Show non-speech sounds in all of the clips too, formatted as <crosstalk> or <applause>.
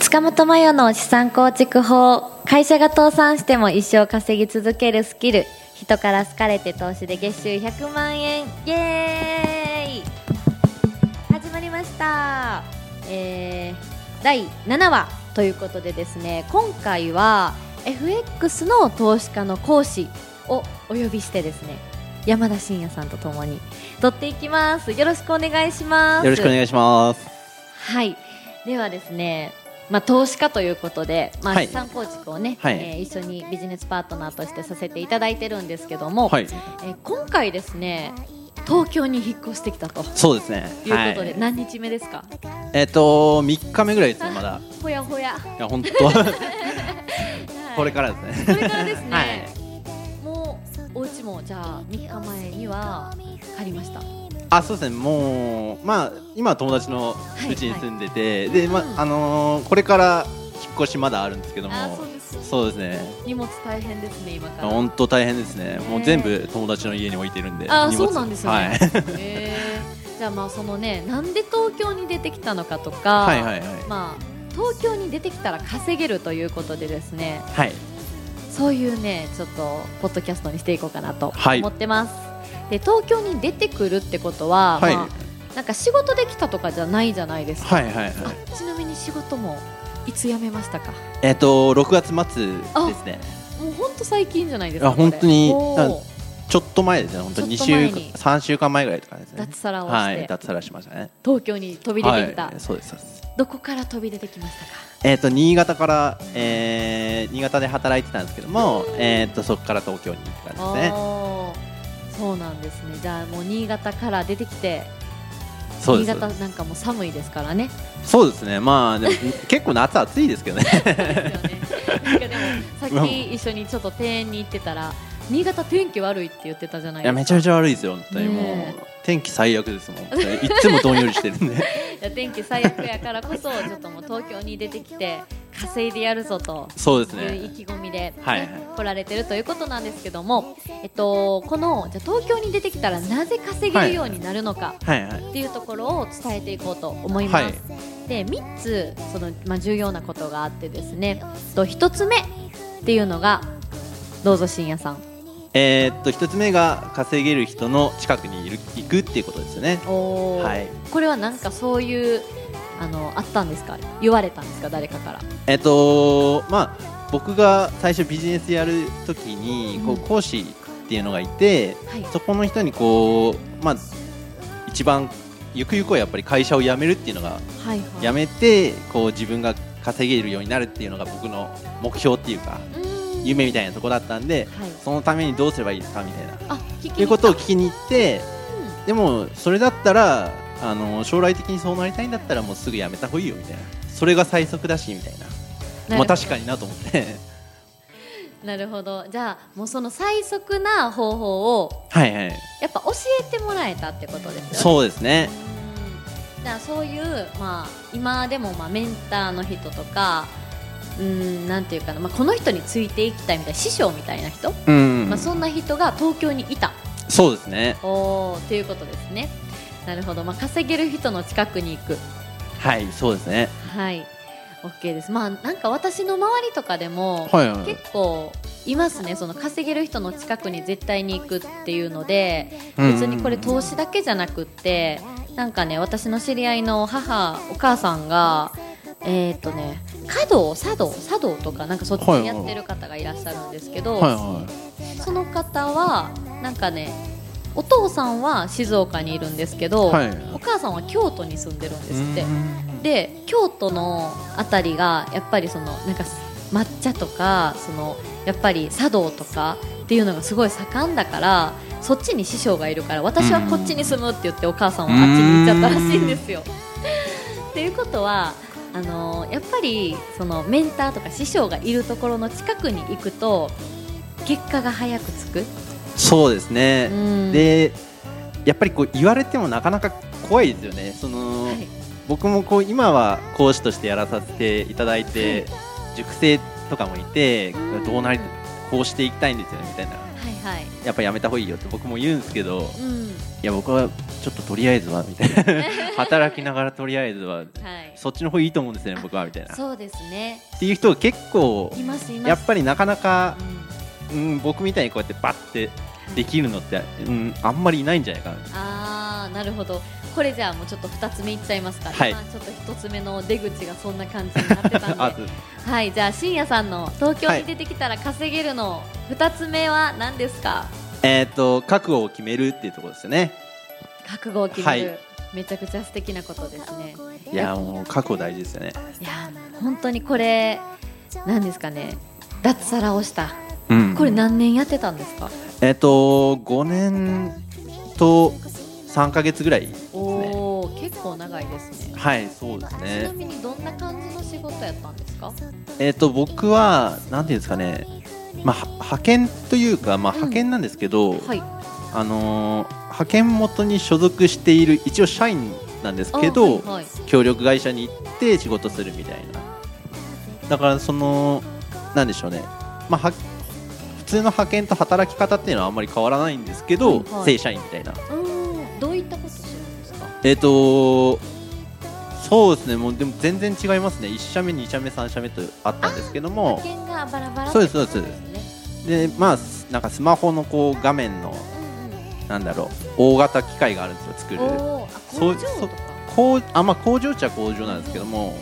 坂本真代の資産構築法会社が倒産しても一生稼ぎ続けるスキル人から好かれて投資で月収100万円イエーイ始まりました、えー第7話ということでですね今回は FX の投資家の講師をお呼びしてですね山田真也さんとともに撮っていきますよろしくお願いしますよろしくお願いします。はい、ではですね、まあ、投資家ということで、まあ、はい資産構築をね、はいえー一緒にビジネスパートナーとしてさせていただいてるんですけども、はい、えー今回ですね東京に引っ越してきたというこそうですね。とで、はい、何日目ですかえっ、と三日目ぐらいですねまだ。ほやほや、いや本当 <laughs> これかからですこね。れからですね、はい。もうお家もじゃあ3日前には借りましたあそうですねもうまあ今は友達のいうちに住んでて、でまうんあのーこれから引っ越しまだあるんですけどもあそうですそうですね。荷物大変ですね今から本当大変ですねね。もう全部友達の家に置いてるんで。あー荷物そうなんですね、はいへーじゃあまあそのねなんで東京に出てきたのかとか、 <laughs> はいはいはい。まあ東京に出てきたら稼げるということでですねはい。そういうねちょっとポッドキャストにしていこうかなとはい思ってます、で東京に出てくるってことは、はいまあ、なんか仕事できたとかじゃないじゃないですか、はいはいはい。あちなみに仕事もいつ辞めましたかえっ、と6月末ですね。もうほんと最近じゃないですかあ本当にこれおーちょっと前ですね。本当に二ちょっと前週に三週間前ぐらいとかですね。脱サラをして、はい、脱サラしましたね。東京に飛び出てきた、はい、そうですそうです。どこから飛び出てきましたかえっ、と新潟から、えー、新潟で働いてたんですけども、えっ、とそこから東京に行ったんですね。あーそうなんですねじゃあもう新潟から出てきてそう新です。潟なんかも寒いですからねそうですね。ま <laughs> あでも結構夏暑いですけどね。なんかでもさっき一緒にちょっと庭園に行ってたら新潟天気悪いって言ってたじゃないいやでめすちゃめちゃ悪いですよ。本当にもう、ね天気最悪ですもん。本当にいつもどんよりしてるんで。 <laughs> かいや天気最悪やからこそちょっともう東京に出てきて稼いでやるぞとそうですいう意ね。気込みで、ねはいはい来られてるということなんですけども、えっと、このじゃあ東京に出てきたらなぜ稼げるようになるのか、はいはいっていうところを伝えていこうと思います、はいで3つその、まあ、重要なことがあってですねと1つ目っていうのがどうぞ深夜さんえっと一つ目が稼げる人の近くにいる行くっていうことですよね。おーはい。これはなんかそういうあのあったんですか言われたんですか誰かからえっとまあ僕が最初ビジネスやるときにこううん講師っていうのがいて、はいそこの人にこうまあ一番ゆくゆくはやっぱり会社を辞めるっていうのがはいはい辞めてこう自分が稼げるようになるっていうのが僕の目標っていうかうーん夢みたいなとこだったんではいそのためにどうすればいいですかみたいなあ聞きに行いうことを聞きに行ってでもそれだったらあの将来的にそうなりたいんだったらもうすぐ辞めた方がいいよみたいなそれが最速だしみたいな。なまある確かになと思って。 <laughs> なるほどじゃあもうその最速な方法をはいはい。やっぱ教えてもらえたってことですよねそうですね。うんだからそういう、まあ、今でもまあメンターの人とかうんなんていうかな、まあ、この人についていきたいみたいな師匠みたいな人、うんまあ、そんな人が東京にいたそうですね。おーということですねなるほど、まあ、稼げる人の近くに行くはい、そうですね。はい OK ですまあなんか私の周りとかでも、はいは。結構いますねその稼げる人の近くに絶対に行くっていうのでうん別にこれ投資だけじゃなくってなんかね私の知り合いの母お母さんがえーっ、とね華道茶道茶道とかなんかそっちはいはいやってる方がいらっしゃるんですけど、はいはその方はなんかねお父さんは静岡にいるんですけど、はいお母さんは京都に住んでるんでい。すってう。んで京都のあたりがやっぱりそのなんか抹茶とかそのやっぱり茶道とかっていうのがすごい盛んだからそっちに師匠がいるから私はこっちに住むって言ってお母さんはあっちに行っちゃったらしいんですよ。っていうことはあのやっぱりそのメンターとか師匠がいるところの近くに行くと結果が早くつく。そうですねう。んで、やっぱりこう言われてもなかなか怖いですよね。そのはい僕もこう今は講師としてやらさせていただいて、塾生とかもいてうん、どうなりこうしていきたいんですよねみたいな。はいはいやっぱやめた方がいいよって僕も言うんですけど <laughs> うんいや僕はちょっととりあえずはみ <laughs> たいな働きながらとりあえずははいそっちの方がいいと思うんですよね僕はみたいなっそうですねていう人が結構いますいますやっぱりなかなかう、んうん、僕みたいにこうやってバッてはいできるのって、うん、あんまりいないんじゃないかなあーなるほどこれじゃあもうちょっと2つ目いっちゃいますか、はい今ちょっと1つ目の出口がそんな感じになってたん <laughs> あではいじゃあ深夜さんの東京に出てきたら稼げるの2つ目は何ですかえっ、と覚悟を決めるっていうところですよね覚悟を決める、はいめちゃくちゃ素敵なことですねいやもう覚悟大事ですよねいや本当にこれ何ですかね脱サラをしたうんこれ何年やってたんですか、えっ、と5年と3か月ぐらいですねおお結構長いですねはいそうですちなねみにどんな感じの仕事やったんですかえっ、と僕はなんていうんですかねまあは派遣というか、まあ、うん派遣なんですけど、はいあのー派遣元に所属している一応社員なんですけど、あーはいはい協力会社に行って仕事するみたいなだからそのなんでしょうね、まあ、は普通の派遣と働き方っていうのはあんまり変わらないんですけど、はい正社員みたいなうんどういったことするんですかえっ、とそうですねもうでも全然違いますね1社目2社目3社目とあったんですけども派遣がバラバラそうですそうですってことですねでまあすなんかスマホのこう画面のなんだろう大型機械があるんですよ作うんるうんおーあそう工場とかこうあまあ工場っちゃ工場なんですけども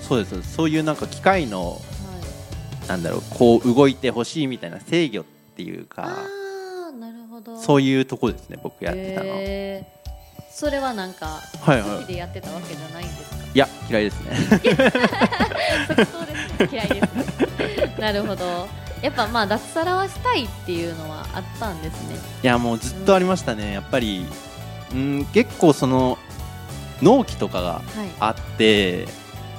そうですそうですそういうなんか機械のはいなんだろうこう動いてほしいみたいな制御っていうかあーなるほどそういういうとこですね僕やってたの、それはなんかはい好はきいでやってたわけじゃないんですか <laughs> いや嫌いですね <laughs> そうですね嫌いですねなるほどやっぱまあ脱サラはしたいっていうのはあったんですねいやもうずっとありましたねやっぱりうん結構その納期とかがはいあって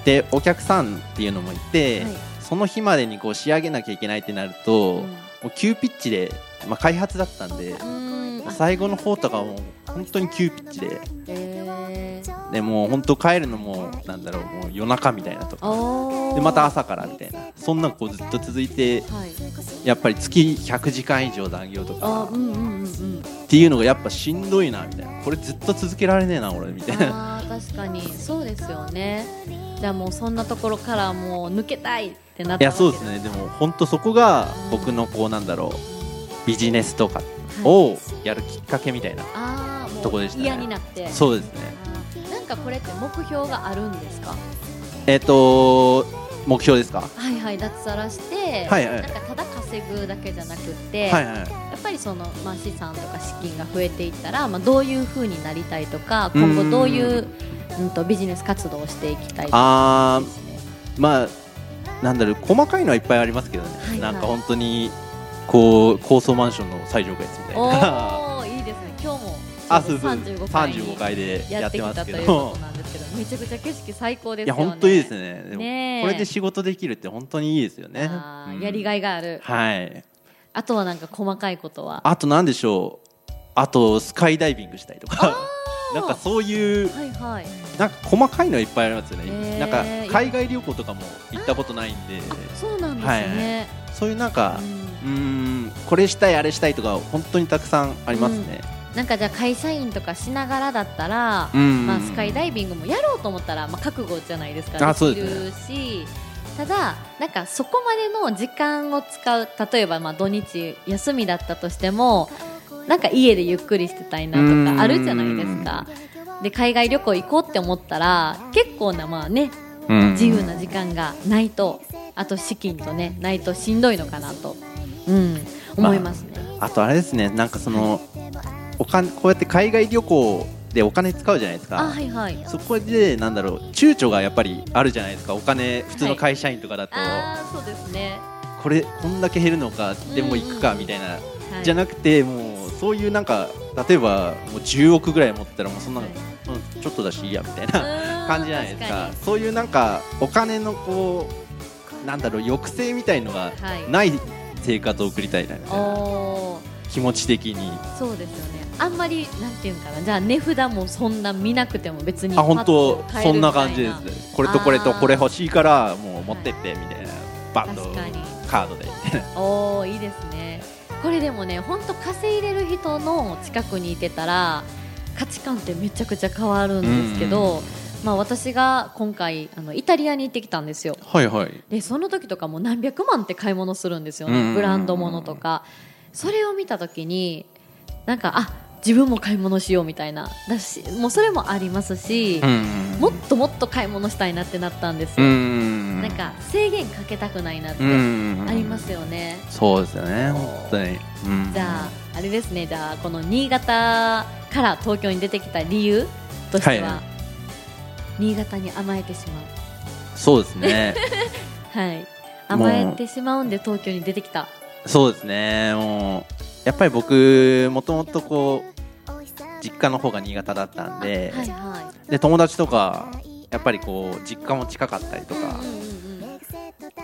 でお客さんっていうのもいて、はいその日までにこう仕上げなきゃいけないってなると、もう急ピッチで、まあ、開発だったんでうんあ最後の方とかはもう本当に急ピッチでえーでもう本当帰るのもなんだろうもう夜中みたいなとかおーでまた朝からみたいなそんなんこうずっと続いてはいやっぱり月100時間以上残業とあかうんうんうんうんっていうのがやっぱしんどいなみたいなこれずっと続けられねえな俺みたいなあー確かにそうですよねじゃあもうそんなところからもう抜けたいってなっいたやわけそうですねでも本当そこが僕のこうなんだろうビジネスとかをやるきっかけみたいなああもうとこでしたね嫌になってそうですねあーなんかこれって目標があるんですかえっと目標ですかはいはい脱サラして、はいはいなんかただ稼ぐだけじゃなくって、はいはいやっぱりその、まあ、資産とか資金が増えていったら、まあ、どういうふうになりたいとか今後どういううんとビジネス活動をしていきたいとかあーですねまあなんだろう細かいのはいっぱいありますけどね、はいはいなんか本当にこう高層マンションの最上階ですみたいなおおいいですね今日も <laughs> あそうそう35階に35階でややっっててきまたすとけいうどことなんですけどめちゃくちゃ景色最高です <laughs> いやよね本当いいですねでもねえこれで仕事できるって本当にいいですよね、あーうんやりがいがあるはいあとはなんか細かいことはあと何でしょうあとスカイダイビングしたりとか <laughs> なんかそういうはいはいなんか細かいのはいっぱいありますよね、へえなんか海外旅行とかも行ったことないんでそうなんですね、そういうなんかうんうーんこれしたいあれしたいとか本当にたくさんありますね、なんかじゃあ会社員とかしながらだったら、うんまあ、スカイダイビングもやろうと思ったら、まあ、覚悟じゃないですかあそうでできすねるし、ただなんかそこまでの時間を使う例えばまあ土日休みだったとしてもなんか家でゆっくりしてたいなうんとかあるじゃないですかで海外旅行行こうって思ったら結構なまあねうん自由な時間がないとあと資金とねないとしんどいのかなと、うん、思いますね。あとあれですねなんかそのお金こうやって海外旅行でお金使うじゃないですか、あはいはいそこでなんだろう躊躇がやっぱりあるじゃないですかお金普通の会社員とかだと、あーそうですね、これこんだけ減るのかでも行くかうんみたいな、はい、じゃなくてもうそういうなんか例えばもう10億ぐらい持ったらもうそんな、はいうんちょっとだしいいやみたいうなーん感じじゃないですかそういうなんかお金のこうなんだろう抑制みたいのが確かにはいない生活を送りたいなみたいなおー気持ち的にそうですよねあんまりなんていうんかなじゃあ値札もそんな見なくても別にあ本当パッと買えるそんなみたい感じですこれとこれとあーこれ欲しいからもう持ってってみたいなバッと確かにカードでみたいなおーいいですねこれでもね本当稼いでる人の近くにいてたら価値観ってめちゃくちゃ変わるんですけど、まあ、私が今回あのイタリアに行ってきたんですよはいはいでその時とかもう何百万って買い物するんですよね、うんブランド物とかそれを見た時になんかあ自分も買い物しようみたいなだしもうそれもありますし、んもっともっと買い物したいなってなったんですうよ、んなんか制限かけたくないなってうんありますよね、そうですよね本当に、うんじゃああれですねじゃあこの新潟から東京に出てきた理由としては、はい新潟に甘えてしまうそうですねはいもう甘えてしまうんで東京に出てきたそうですねもうやっぱり僕もともとこう実家の方が新潟だったんで,、はいはで友達とかやっぱりこう実家も近かったりいとか、うんうんうんうん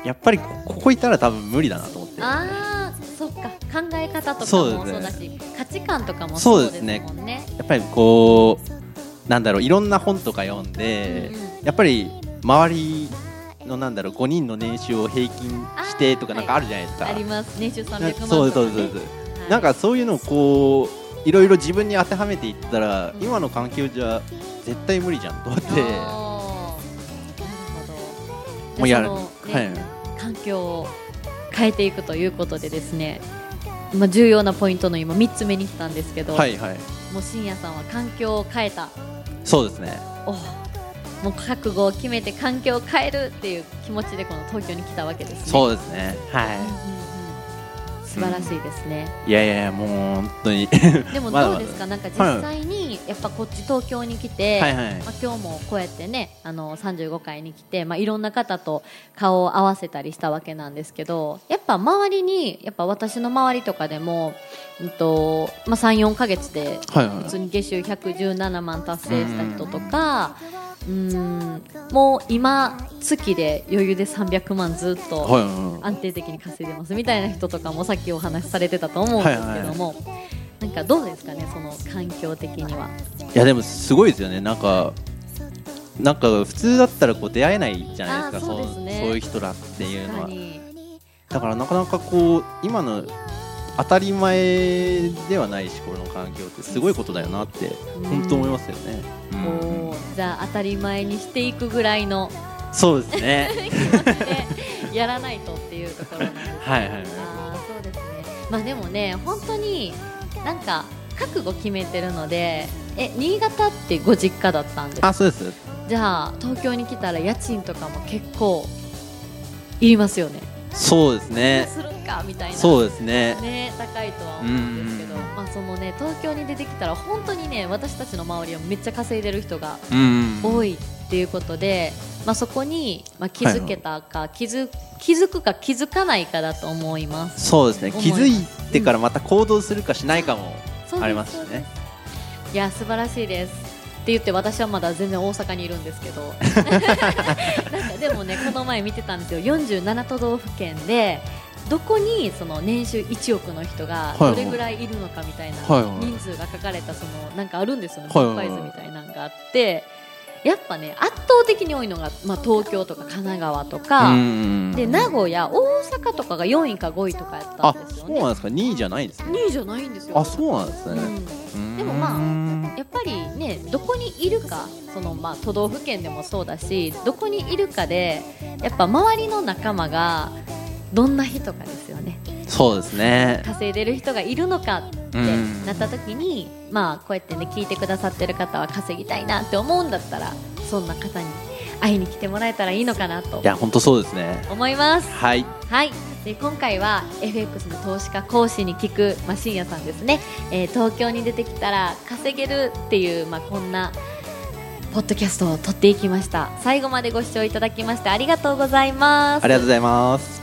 やっぱりこここいたら多分無理だなと思ってああそっか考え方とかもそうそうですねだし、価値観とかもそうですもんねそうやっぱりこうなんだろういろんな本とか読んで、やっぱり周りのなんだろう5人の年収を平均してとかあーなんかあるじゃないですか、あります年収300な万とか、ね、そうですそうですそうです、なんかそういうのをこういろいろ自分に当てはめていったら、うん今の環境じゃ絶対無理じゃんと思って、はいあーなるほどもうやる、じゃあはそのね環境を変えていくということでですね、まあ、重要なポイントの今3つ目に来たんですけいど、はいはいもう深夜さんは環境を変えたそうですねおうもう覚悟を決めて環境を変えるっていう気持ちでこの東京に来たわけですねそうですねうんはうんうん素晴らしいですね、いいやいやいやもう本当にでも <laughs> まだまどうだですか、なんか実際にやっぱこっち東京に来て、はいはいまあ、今日もこうやってねあの35回に来て、まあ、いろんな方と顔を合わせたりしたわけなんですけどやっぱ周りにやっぱ私の周りとかでも、うんとまあ、34か月ではい普通はに月収117万達成した人とかうんもう今月で余裕で300万ずっと。いはいはい安定的に稼いでますみたいな人とかもさっきお話しされてたと思うんですけども、なんかどうですかねその環境的にはいやでもすごいですよねなんかなんか普通だったらこう出会えないじゃないですかあーそうですねそういう人らっていうの確かはにだからなかなかこう今の当たり前ではないしこの環境ってすごいことだよなってうん本当思いますよね、うんこうじゃあ当たり前にしていくぐらいのそうですねで <laughs> やらないとっていうところなんですねはいはいはいあーそうですねまあでもね本当になんか覚悟決めてるのでえ新潟ってご実家だったんです <laughs> あそうですじゃあ東京に来たら家賃とかも結構いりますよねそうですねするんかみたいなそうですねね、高いとは思うんですけど、うんまあ、そのね東京に出てきたら本当にね私たちの周りはめっちゃ稼いでる人がうん多いっていうことで、まあ、そこに、まあ、気づけたか、気づ気づくか気づかないかだと思います。そうですね思気いますづいてからまた行動するかしないかも、そうですありますねそうですいや素晴らしいですって言って私はまだ全然大阪にいるんです <laughs> けどなんかでもねこの前見てたんですよ47都道府県でどこにその年収1億の人がはいはどいれぐらいいるのかみたいなはいはい人数が書かれたそのなんかあるんですよねはいサはいプはラいイズみたいなのがあってやっぱね圧倒的に多いのが、まあ、東京とか神奈川とかうんで名古屋大阪とかが4位か5位とかやったあんですそようなんねですか2位じゃないんですね2位じゃないんですよあそうなんですうね、んうんでもまあうんやっぱりねどこにいるかその、まあ、都道府県でもそうだしどこにいるかでやっぱ周りの仲間がどんな人かですよねそうですね稼いでる人がいるのかってうんなった時に、まあこうやってね聞いてくださってる方は稼ぎたいなって思うんだったらそんな方に会いに来てもらえたらいいのかなといや本当そうですね思います。はいはい、で今回は FX の投資家講師に聞く、まあ、深夜さんですね、えー東京に出てきたら稼げるっていう、まあ、こんなポッドキャストを撮っていきました最後までご視聴いただきましてありがとうございますありがとうございます